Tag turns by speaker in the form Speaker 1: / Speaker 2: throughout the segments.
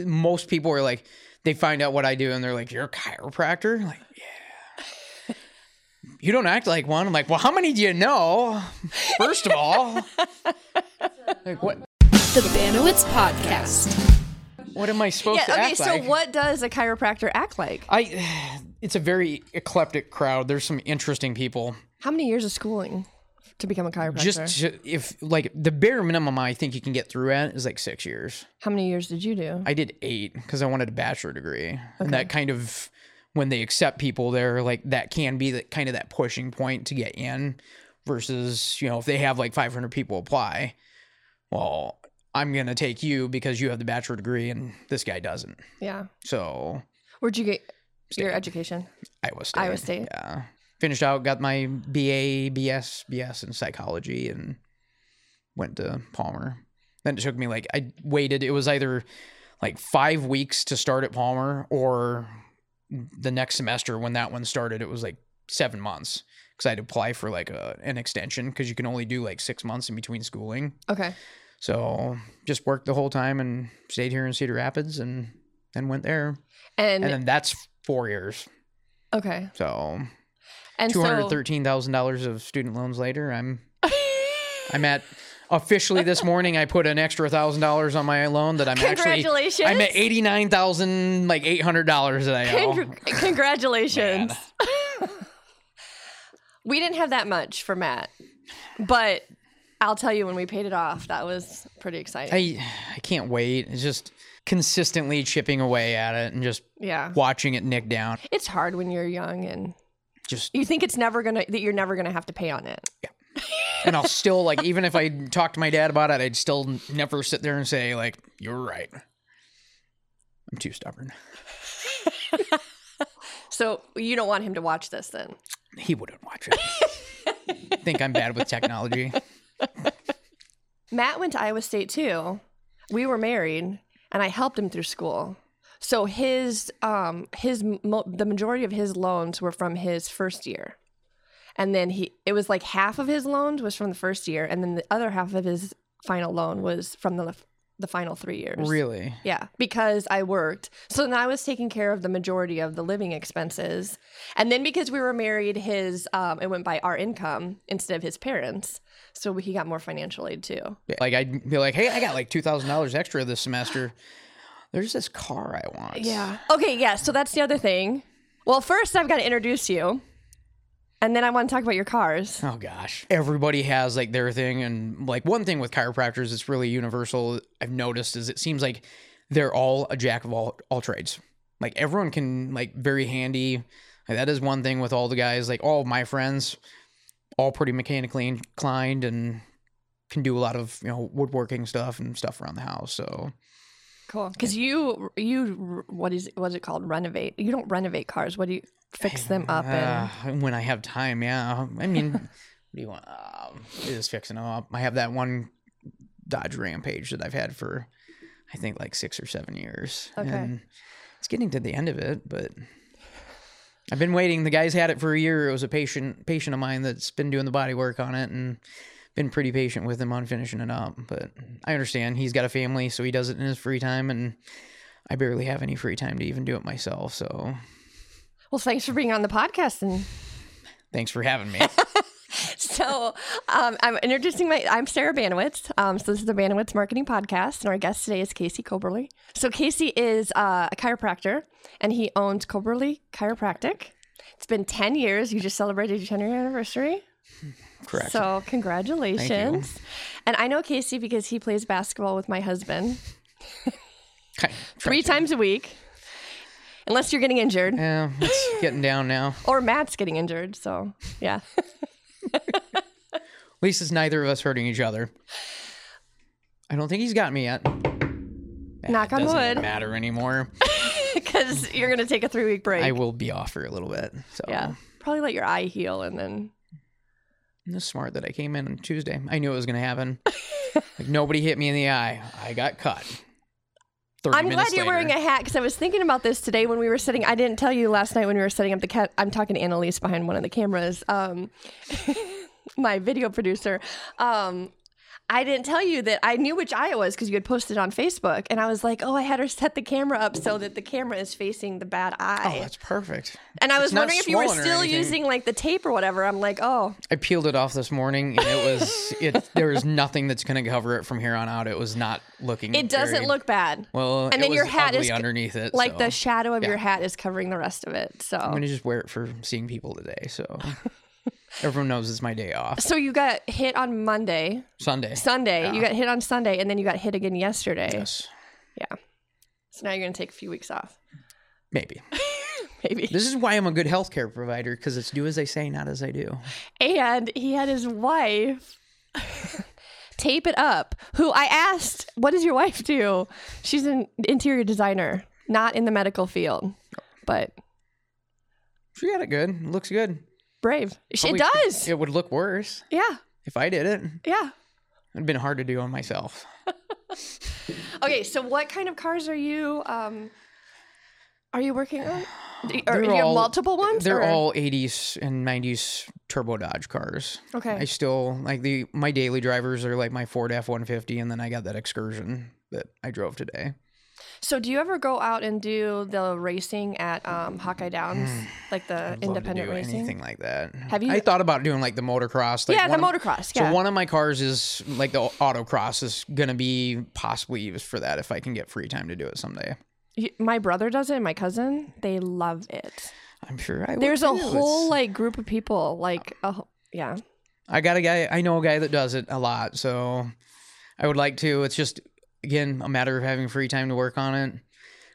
Speaker 1: most people are like, they find out what I do and they're like, you're a chiropractor? I'm like, yeah. you don't act like one. I'm like, well, how many do you know? First of all, like what?
Speaker 2: The Banowitz Podcast.
Speaker 1: What am I supposed
Speaker 3: Yeah.
Speaker 1: to
Speaker 3: Okay.
Speaker 1: act
Speaker 3: So,
Speaker 1: like?
Speaker 3: what does a chiropractor act like?
Speaker 1: I it's a very eclectic crowd. There's some interesting people.
Speaker 3: How many years of schooling to become a chiropractor?
Speaker 1: Just to, if like the bare minimum I think you can get through at is like 6 years.
Speaker 3: How many years did you do?
Speaker 1: I did 8 cuz I wanted a bachelor degree. And that kind of when they accept people there like that can be that kind of that pushing point to get in versus, you know, if they have like 500 people apply, well, I'm going to take you because you have the bachelor degree and this guy doesn't.
Speaker 3: yeah.
Speaker 1: So,
Speaker 3: Where'd you get your education?
Speaker 1: Iowa State.
Speaker 3: Iowa State.
Speaker 1: Yeah. Finished out, got my BA, BS, BS in psychology, and went to Palmer. Then it took me like I waited. It was either like five weeks to start at Palmer, or the next semester when that one started, it was like seven months because I had to apply for like a, an extension because you can only do like six months in between schooling.
Speaker 3: Okay.
Speaker 1: So just worked the whole time and stayed here in Cedar Rapids, and then went there,
Speaker 3: And,
Speaker 1: and then that's four years.
Speaker 3: okay.
Speaker 1: So
Speaker 3: And
Speaker 1: two hundred
Speaker 3: so,
Speaker 1: thirteen thousand dollars of student loans later. I'm I'm at officially this morning. I put an extra thousand dollars on my loan that I'm
Speaker 3: Congratulations.
Speaker 1: actually I'm at eighty nine thousand like eight hundred dollars that I owe.
Speaker 3: Congr- congratulations. we didn't have that much for Matt, but I'll tell you when we paid it off, that was pretty exciting.
Speaker 1: I I can't wait. It's just consistently chipping away at it and just
Speaker 3: yeah.
Speaker 1: watching it nick down.
Speaker 3: It's hard when you're young and
Speaker 1: Just
Speaker 3: you think it's never going to, that you're never going to have to pay on it.
Speaker 1: and I'll still like even if I talked to my dad about it, I'd still never sit there and say like you're right. I'm too stubborn.
Speaker 3: So you don't want him to watch this then.
Speaker 1: He wouldn't watch it. Think I'm bad with technology.
Speaker 3: Matt went to Iowa State too. We were married, and I helped him through school. So his um his mo- the majority of his loans were from his first year, and then he it was like half of his loans was from the first year, and then the other half of his final loan was from the the final three years.
Speaker 1: Really?
Speaker 3: Yeah, because I worked. So then I was taking care of the majority of the living expenses. And then because we were married, his um it went by our income instead of his parents. So he got more financial aid too.
Speaker 1: Like I'd be like, hey, I got like two thousand dollars extra this semester. There's this car I want.
Speaker 3: Okay, yeah, so that's the other thing. Well, first I've got to introduce you. And then I want to talk about your cars.
Speaker 1: Oh gosh. Everybody has like their thing, and like one thing with chiropractors that's really universal. I've noticed is it seems like they're all a jack of all all trades. Like everyone can like very handy. Like, that is one thing with all the guys. Like all of my friends, all pretty mechanically inclined and can do a lot of you know woodworking stuff and stuff around the house. So
Speaker 3: Cool. Cuz you you what is what is it called? Renovate. You don't renovate cars. What do you fix them up and
Speaker 1: Uh, when I have time, yeah. I mean, what do you want? Um, it is fixing up. I have that one Dodge Rampage that I've had for, I think, like six or seven years.
Speaker 3: Okay.
Speaker 1: And it's getting to the end of it, but I've been waiting. The guy's had it for a year. It was a patient patient of mine that's been doing the body work on it and been pretty patient with him on finishing it up. But I understand he's got a family, so he does it in his free time and. I barely have any free time to even do it myself, so
Speaker 3: Well, thanks for being on the podcast and
Speaker 1: thanks for having me.
Speaker 3: So um, I'm introducing my. I'm Sarah Banowitz. Um, so this is the Banowitz Marketing Podcast, and our guest today is Casey Coberly. So Casey is uh, a chiropractor, and he owns Coberly Chiropractic. It's been 10 years. You just celebrated your 10 year anniversary.
Speaker 1: Correct.
Speaker 3: So congratulations! And I know Casey because he plays basketball with my husband
Speaker 1: Kind-
Speaker 3: three times a week, unless you're getting injured
Speaker 1: Yeah, it's getting down now. At
Speaker 3: or Matt's getting injured. So yeah.
Speaker 1: least it's neither of us hurting each other. I don't think he's got me yet.
Speaker 3: Knock on
Speaker 1: Doesn't
Speaker 3: wood,
Speaker 1: matter anymore.
Speaker 3: because you're gonna take a three week break.
Speaker 1: I will be off for a little bit. So
Speaker 3: Yeah. Probably let your eye heal and then
Speaker 1: it's smart that I came in on Tuesday. I knew it was gonna happen. like nobody hit me in the eye. I got cut. 30
Speaker 3: I'm glad
Speaker 1: minutes
Speaker 3: you're wearing a
Speaker 1: later.
Speaker 3: hat because I was thinking about this today when we were setting. I didn't tell you last night when we were setting up the cat. I'm talking to Annalise behind one of the cameras, um, my video producer. Um, I didn't tell you that I knew which eye it was because you had posted on Facebook, and I was like, "Oh, I had her set the camera up so that the camera is facing the bad
Speaker 1: Oh,
Speaker 3: eye."
Speaker 1: that's perfect.
Speaker 3: and I was
Speaker 1: not
Speaker 3: wondering if you were
Speaker 1: swollen or
Speaker 3: still
Speaker 1: anything.
Speaker 3: using like the tape or whatever. I'm like, "Oh,
Speaker 1: I peeled it off this morning, and it was it. There was nothing that's going to cover it from here on out. It was not looking.
Speaker 3: it doesn't
Speaker 1: very-
Speaker 3: look bad."
Speaker 1: well.
Speaker 3: and
Speaker 1: it
Speaker 3: then your
Speaker 1: was
Speaker 3: hat
Speaker 1: ugly
Speaker 3: is c-
Speaker 1: underneath it,
Speaker 3: like
Speaker 1: so
Speaker 3: the shadow of
Speaker 1: yeah.
Speaker 3: your hat is covering the rest of it. So,
Speaker 1: I'm going to just wear it for seeing people today, so everyone knows it's my day off.
Speaker 3: so you got hit on Monday,
Speaker 1: Sunday.
Speaker 3: Sunday. You
Speaker 1: Yeah.
Speaker 3: got hit on Sunday, and then you got hit again yesterday.
Speaker 1: Yes,
Speaker 3: So now you're gonna take a few weeks off,
Speaker 1: maybe.
Speaker 3: maybe.
Speaker 1: This is why I'm a good healthcare provider because it's do as I say, not as I do.
Speaker 3: and he had his wife tape it up who i asked what does your wife do she's an interior designer not in the medical field but
Speaker 1: She got it good. It looks good.
Speaker 3: brave she, it
Speaker 1: Probably-
Speaker 3: does
Speaker 1: It would look worse
Speaker 3: yeah
Speaker 1: if I did it. It'd
Speaker 3: yeah
Speaker 1: been hard to do on myself.
Speaker 3: okay so what kind of cars are you um are you working on Do you- or
Speaker 1: They're
Speaker 3: you have
Speaker 1: all-
Speaker 3: multiple ones
Speaker 1: They're
Speaker 3: or-
Speaker 1: all 80s and 90s turbo Dodge cars.
Speaker 3: okay
Speaker 1: I still like the my daily drivers are like my Ford F one fifty, and then I got that Excursion that I drove today.
Speaker 3: so do you ever go out and do the racing at um hawkeye downs like the
Speaker 1: I'd love
Speaker 3: independent
Speaker 1: to do
Speaker 3: racing
Speaker 1: anything like that.
Speaker 3: Have you-
Speaker 1: I thought about doing like the motocross. Like
Speaker 3: yeah the
Speaker 1: one of-
Speaker 3: motocross yeah
Speaker 1: So one of my cars is like the autocross is gonna be possibly used for that if I can get free time to do it someday.
Speaker 3: You- My brother does it. and My cousin, they love it.
Speaker 1: I'm sure I. would
Speaker 3: There's a
Speaker 1: too.
Speaker 3: whole
Speaker 1: It's-
Speaker 3: like group of people. Like, a wh- yeah,
Speaker 1: I got a guy. I know a guy that does it a lot, so I would like to. It's just again a matter of having free time to work on it.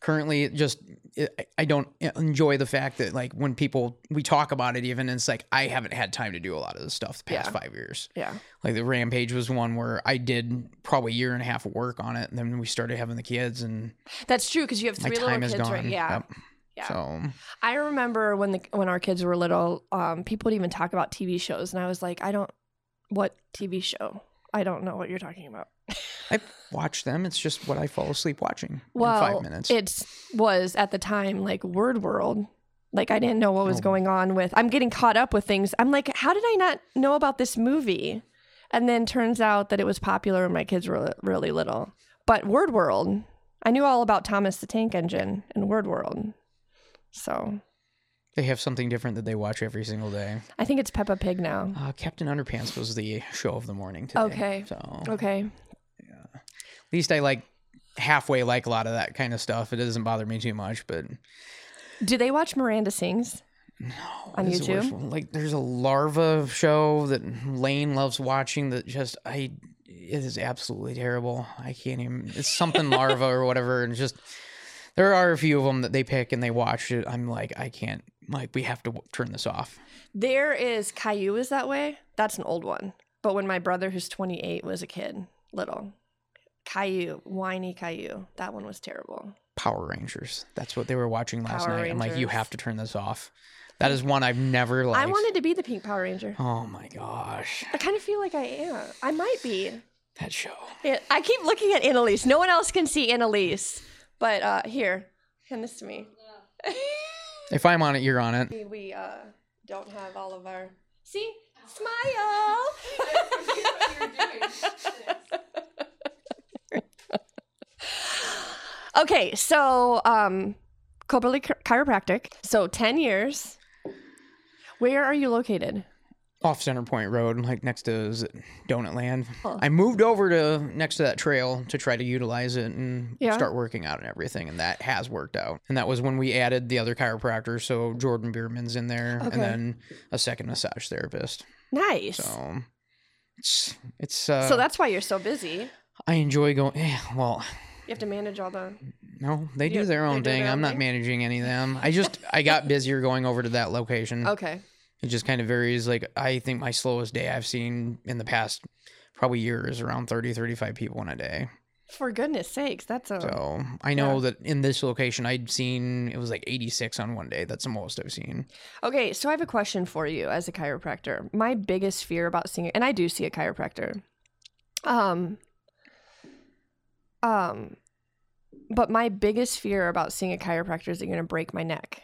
Speaker 1: Currently, it just it, I don't enjoy the fact that like when people we talk about it, even it's like I haven't had time to do a lot of this stuff the past
Speaker 3: Yeah.
Speaker 1: five years.
Speaker 3: yeah.
Speaker 1: Like the rampage was one where I did probably a year and a half of work on it, and then we started having the kids, and
Speaker 3: That's true because you have
Speaker 1: my
Speaker 3: three little
Speaker 1: time is
Speaker 3: kids,
Speaker 1: gone.
Speaker 3: right? Yeah,
Speaker 1: Yep.
Speaker 3: yeah.
Speaker 1: So
Speaker 3: I remember when the when our kids were little, um, people would even talk about TV shows, and I was like, I don't, what TV show? I don't know what you're talking about.
Speaker 1: I watch them. It's just what I fall asleep watching
Speaker 3: Well,
Speaker 1: in five minutes.
Speaker 3: It's was at the time like Word World. Like I didn't know what was
Speaker 1: Oh.
Speaker 3: going on with. I'm getting caught up with things. I'm like, how did I not know about this movie? And then turns out that it was popular when my kids were li- really little. But Word World, I knew all about Thomas the Tank Engine and Word World. So
Speaker 1: they have something different that they watch every single day.
Speaker 3: I think it's Peppa Pig now.
Speaker 1: Uh, Captain Underpants was the show of the morning today.
Speaker 3: Okay.
Speaker 1: So at
Speaker 3: Okay.
Speaker 1: least I like halfway like a lot of that kind of stuff. It doesn't bother me too much, but
Speaker 3: Do they watch Miranda Sings?
Speaker 1: oh,
Speaker 3: On
Speaker 1: this is the worst
Speaker 3: YouTube?
Speaker 1: one. like there's a larva show that Lane loves watching that just I it is absolutely terrible. I can't even. It's something larva or whatever, and just there are a few of them that they pick and they watch it. I'm like I can't. Like we have to w- turn this off.
Speaker 3: There is Caillou is that way. That's an old one. But when my brother, who's 28, was a kid, little Caillou, whiny Caillou, that one was terrible.
Speaker 1: Power Rangers. That's what they were watching last
Speaker 3: Power
Speaker 1: night. I'm like, you
Speaker 3: Rangers.
Speaker 1: have to turn this off. That is one I've never liked.
Speaker 3: I wanted to be the Pink Power Ranger.
Speaker 1: Oh my gosh,
Speaker 3: I kind of feel like I am. I might be.
Speaker 1: that show.
Speaker 3: Yeah, I keep looking at Annalise. No one else can see Annalise. But uh, here, hand this to me.
Speaker 1: If I'm on it, you're on it.
Speaker 3: We- we uh, don't have all of our. See? Smile! okay, so um, Coberly Ch- Chiropractic. So 10 years. Where are you located?
Speaker 1: Off Center Point Road, like next to is it Donut Land.
Speaker 3: Huh.
Speaker 1: I moved over to next to that trail to try to utilize it and
Speaker 3: Yeah.
Speaker 1: start working out and everything, and that has worked out. And that was when we added the other chiropractor, so Jordan Bierman's in there,
Speaker 3: Okay.
Speaker 1: and then a second massage therapist.
Speaker 3: Nice. So,
Speaker 1: So it's it's uh,
Speaker 3: that's why you're so busy. You
Speaker 1: I enjoy going. Yeah, well,
Speaker 3: have to manage all the.
Speaker 1: No, they do
Speaker 3: Yeah,
Speaker 1: their
Speaker 3: they
Speaker 1: own
Speaker 3: do their
Speaker 1: thing.
Speaker 3: own
Speaker 1: I'm not
Speaker 3: thing.
Speaker 1: managing any of them. I just I got busier going over to that location.
Speaker 3: Okay.
Speaker 1: It just kind of varies. Like I think my slowest day I've seen in the past probably year is around 30 35 people in a day.
Speaker 3: For goodness sakes, that's a.
Speaker 1: So, I know that in this location I'd seen it was like 86 on one day. That's the most I've seen.
Speaker 3: Okay, so I have a question for you as a chiropractor. My biggest fear about seeing, and I do see a chiropractor, um, um, but my biggest fear about seeing a chiropractor is that you're going to break my neck.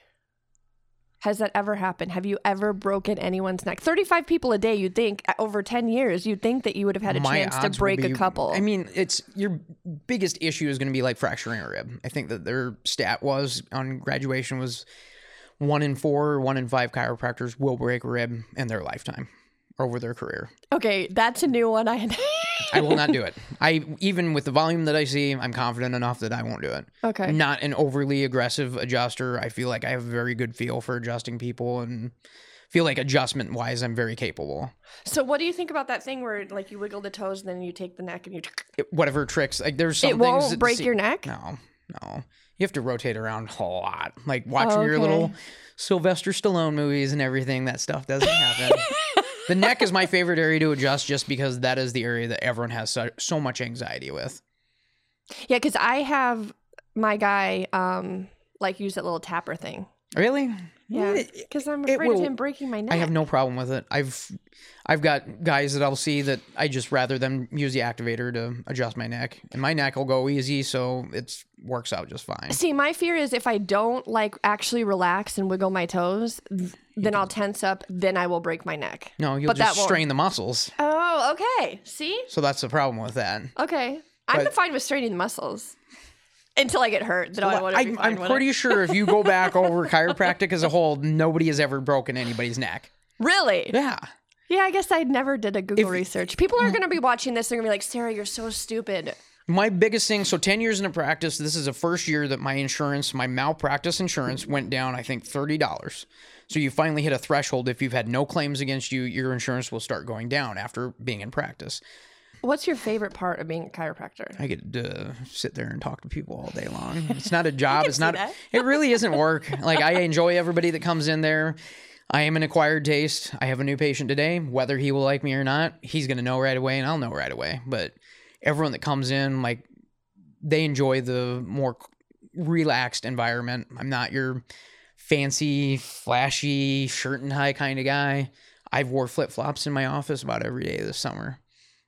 Speaker 3: Has that ever happened? Have you ever broken anyone's neck? 35 people a day, you'd think uh, over 10 years, you'd think that you would have had a
Speaker 1: My
Speaker 3: chance to
Speaker 1: odds would
Speaker 3: break
Speaker 1: be-
Speaker 3: a couple.
Speaker 1: I mean, it's your biggest issue is going to be like fracturing a rib. I think that their stat was on graduation was one in four or one in five chiropractors will break a rib in their lifetime or over their career.
Speaker 3: okay, that's a new one. I had.
Speaker 1: I will not do it. I even with the volume that I see, I'm confident enough that I won't do it.
Speaker 3: okay.
Speaker 1: I'm not an overly aggressive adjuster. I feel like I have a very good feel for adjusting people and feel like adjustment wise, I'm very capable.
Speaker 3: So, what do you think about that thing where like you wiggle the toes and then you take the neck and you.
Speaker 1: It- whatever tricks, like there's some
Speaker 3: It
Speaker 1: things
Speaker 3: won't
Speaker 1: that
Speaker 3: break
Speaker 1: se-
Speaker 3: your neck?
Speaker 1: No, no. You have to rotate around a lot. Like watching your
Speaker 3: Okay.
Speaker 1: little Sylvester Stallone movies and everything, that stuff doesn't happen. the neck is my favorite area to adjust just because that is the area that everyone has so, so much anxiety with.
Speaker 3: Yeah, because I have my guy um like use that little tapper thing.
Speaker 1: Really?
Speaker 3: Yeah,
Speaker 1: It-
Speaker 3: because I'm
Speaker 1: it
Speaker 3: afraid
Speaker 1: will-
Speaker 3: of him breaking my neck.
Speaker 1: I have no problem with it. I've I've got guys that I'll see that I just rather them use the activator to adjust my neck. And my neck will go easy, so it works out just fine.
Speaker 3: See, my fear is if I don't like actually relax and wiggle my toes, th- then I'll tense up. Then I will break my neck.
Speaker 1: No, you'll
Speaker 3: But that
Speaker 1: just
Speaker 3: won't-
Speaker 1: strain the muscles.
Speaker 3: Oh, okay. See,
Speaker 1: So that's the problem with that.
Speaker 3: okay. I'm
Speaker 1: But-
Speaker 3: fine with straining the muscles until I get hurt. Then Oh, I
Speaker 1: Well,
Speaker 3: want
Speaker 1: I, I'm pretty sure if you go back over chiropractic as a whole, nobody has ever broken anybody's neck.
Speaker 3: Really?
Speaker 1: Yeah.
Speaker 3: Yeah, I guess I never did a Google
Speaker 1: If- Mm-hmm.
Speaker 3: research. People are going to be watching this. They're going to be like, Sarah, you're so stupid.
Speaker 1: My biggest thing so 10 years into practice, this is the first year that my insurance, my malpractice insurance went down, I think, $30. So you finally hit a threshold. If you've had no claims against you, your insurance will start going down after being in practice.
Speaker 3: What's your favorite part of being a chiropractor?
Speaker 1: I get to sit there and talk to people all day long. It's not a job. It's not.
Speaker 3: that.
Speaker 1: It really isn't work. Like I enjoy everybody that comes in there. I am an acquired taste. I have a new patient today. Whether he will like me or not, he's gonna know right away, and I'll know right away. But everyone that comes in, like, they enjoy the more relaxed environment. I'm not your fancy, flashy shirt and tie kind of guy. I've wore flip flops in my office about every day this summer.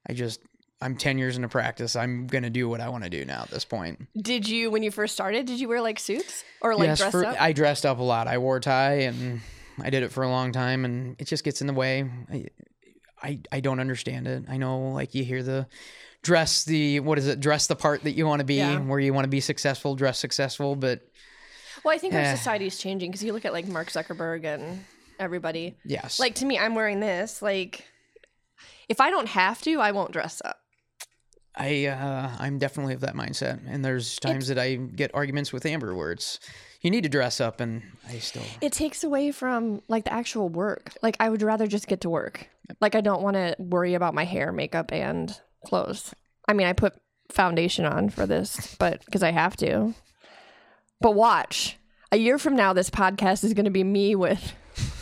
Speaker 1: I just I'm 10 years into practice. I'm going to do what I want to do now at this point.
Speaker 3: Did you, when you first started, did you wear like suits or like dress
Speaker 1: for-
Speaker 3: up?
Speaker 1: I dressed up a lot. I wore a tie and I did it for a long time and it just gets in the way. I, I, I don't understand it. I know like you hear the dress the what is it? Dress the part that you want to be,
Speaker 3: Yeah.
Speaker 1: where you want to be successful, dress successful, but
Speaker 3: well, I think our
Speaker 1: Eh.
Speaker 3: society's changing because you look at like Mark Zuckerberg and everybody.
Speaker 1: yes.
Speaker 3: Like to me, I'm wearing this. Like, if I don't have to, I won't dress up.
Speaker 1: I uh, I'm definitely of that mindset and there's times that I get arguments with Amber where it's you need to dress up and I still
Speaker 3: It takes away from like the actual work. Like, I would rather just get to work. Like, I don't want to worry about my hair, makeup, and clothes. I mean, I put foundation on for this, but because I have to. But watch, a year from now, this podcast is going to be me with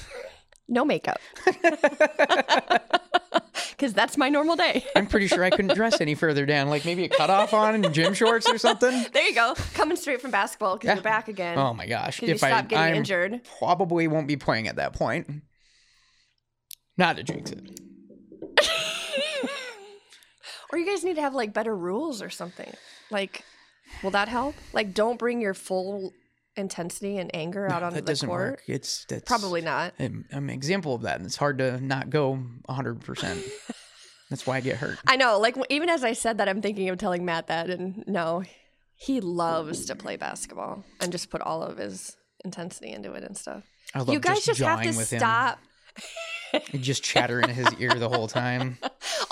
Speaker 3: no makeup. Because that's my normal day.
Speaker 1: I'm pretty sure I couldn't dress any further down. Like maybe a cutoff on and gym shorts or something.
Speaker 3: There you go. Coming straight from basketball because you're back again.
Speaker 1: Oh my gosh!
Speaker 3: Because you stopped getting
Speaker 1: I'm
Speaker 3: injured.
Speaker 1: probably won't be playing at that point. Not to jinx it.
Speaker 3: Or you guys need to have like better rules or something. Like, will that help? Like, don't bring your full intensity and anger out onto
Speaker 1: that
Speaker 3: the
Speaker 1: doesn't
Speaker 3: court.
Speaker 1: work. It's that's
Speaker 3: Probably not.
Speaker 1: an, an example of that, and it's hard to not go 100. percent That's why I get hurt.
Speaker 3: I know. Like, even as I said that, I'm thinking of telling Matt that, and no, he loves to play basketball and just put all of his intensity into it and stuff.
Speaker 1: I love
Speaker 3: You guys just, have
Speaker 1: jawing
Speaker 3: to
Speaker 1: with
Speaker 3: stop.
Speaker 1: Him. Just chatter in his ear the whole time.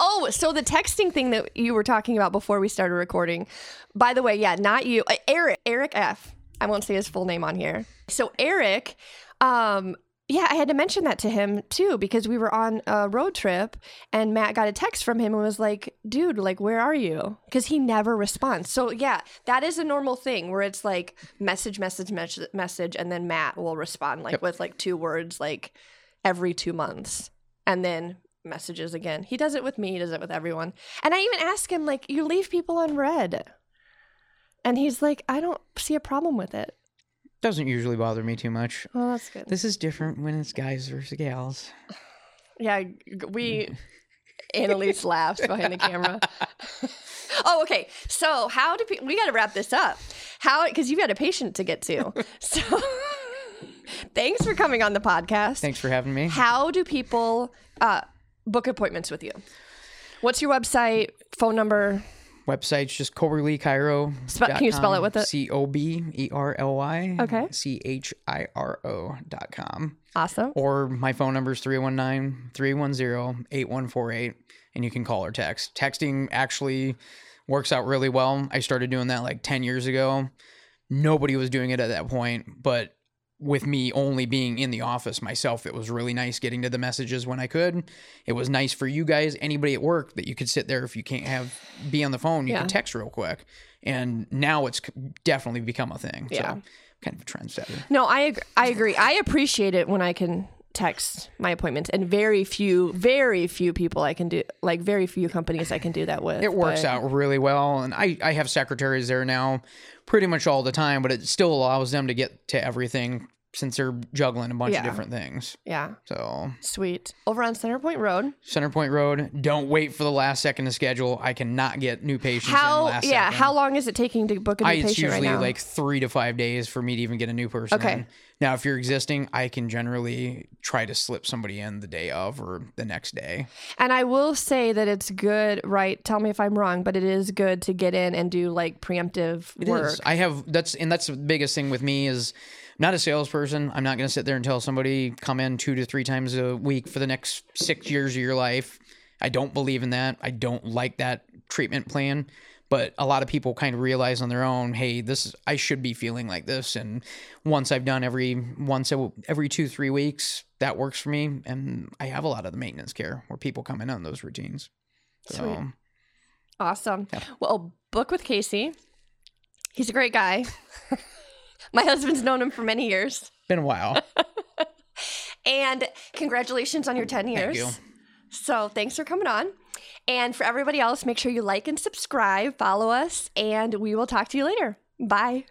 Speaker 3: Oh, so the texting thing that you were talking about before we started recording. By the way, yeah, not you, Uh, Eric, Eric F. I won't say his full name on here. So Eric, um, yeah, I had to mention that to him too because we were on a road trip and Matt got a text from him and was like, "Dude, like, where are you?" Because he never responds. So yeah, that is a normal thing where it's like message, message, message, message, and then Matt will respond like with like two words, like every two months and then messages again. He does it with me, he does it with everyone. And I even ask him, like, you leave people on red. And he's like, I don't see a problem with it.
Speaker 1: Doesn't usually bother me too much.
Speaker 3: Well, that's good.
Speaker 1: This is different when it's guys versus gals.
Speaker 3: yeah, g- we. Annalise laughs behind the camera. oh, okay. So, how do people? We got to wrap this up. How? Because you've got a patient to get to. So, Thanks for coming on the podcast.
Speaker 1: Thanks for having me.
Speaker 3: How do people uh, book appointments with you? What's your website, phone number?
Speaker 1: Website's just Coberly Cairo.
Speaker 3: Spe- can you spell it with it?
Speaker 1: C O B E R L Y.
Speaker 3: Okay.
Speaker 1: C H I R O dot com.
Speaker 3: Awesome.
Speaker 1: Or my phone number is 319 310 8148, and you can call or text. Texting actually works out really well. I started doing that like 10 years ago. Nobody was doing it at that point, but with me only being in the office myself, it was really nice getting to the messages when I could. It was nice for you guys, anybody at work, that you could sit there if you can't have be on the phone, you
Speaker 3: Yeah.
Speaker 1: can text real quick. And now it's c- definitely become a thing.
Speaker 3: Yeah.
Speaker 1: So kind of a trendsetter.
Speaker 3: No, I ag- I agree. I appreciate it when I can text my appointments, and very few, very few people I can do like very few companies I can do that with.
Speaker 1: It works
Speaker 3: but-
Speaker 1: out really well. And I, I have secretaries there now pretty much all the time, but it still allows them to get to everything since they're juggling a bunch
Speaker 3: Yeah.
Speaker 1: of different things.
Speaker 3: Yeah,
Speaker 1: So,
Speaker 3: sweet. Over on Center Point Road.
Speaker 1: Center Point Road, don't wait for the last second to schedule. I cannot get new patients in
Speaker 3: How?
Speaker 1: last
Speaker 3: Yeah.
Speaker 1: second.
Speaker 3: How long is it taking to book a new
Speaker 1: I,
Speaker 3: patient
Speaker 1: it's usually
Speaker 3: right now?
Speaker 1: like three to five days for me to even get a new person.
Speaker 3: Okay.
Speaker 1: in. Now, if you're existing, I can generally try to slip somebody in the day of or the next day.
Speaker 3: and I will say that it's good. Right? Tell me if I'm wrong, but it is good to get in and do like preemptive
Speaker 1: It is.
Speaker 3: work.
Speaker 1: I have that's and that's the biggest thing with me is not a salesperson. I'm not going to sit there and tell somebody come in two to three times a week for the next six years of your life. I don't believe in that. I don't like that treatment plan. But a lot of people kind of realize on their own, hey, this is, I should be feeling like this. And once I've done every once a- every two three weeks, that works for me. And I have a lot of the maintenance care where people come in on those routines. So
Speaker 3: Awesome. Well, book with Casey. He's a great guy. My husband's known him for many years.
Speaker 1: been a while.
Speaker 3: And congratulations on your 10 years.
Speaker 1: you.
Speaker 3: So thanks for coming on. And for everybody else, make sure you like and subscribe, follow us, and we will talk to you later. Bye.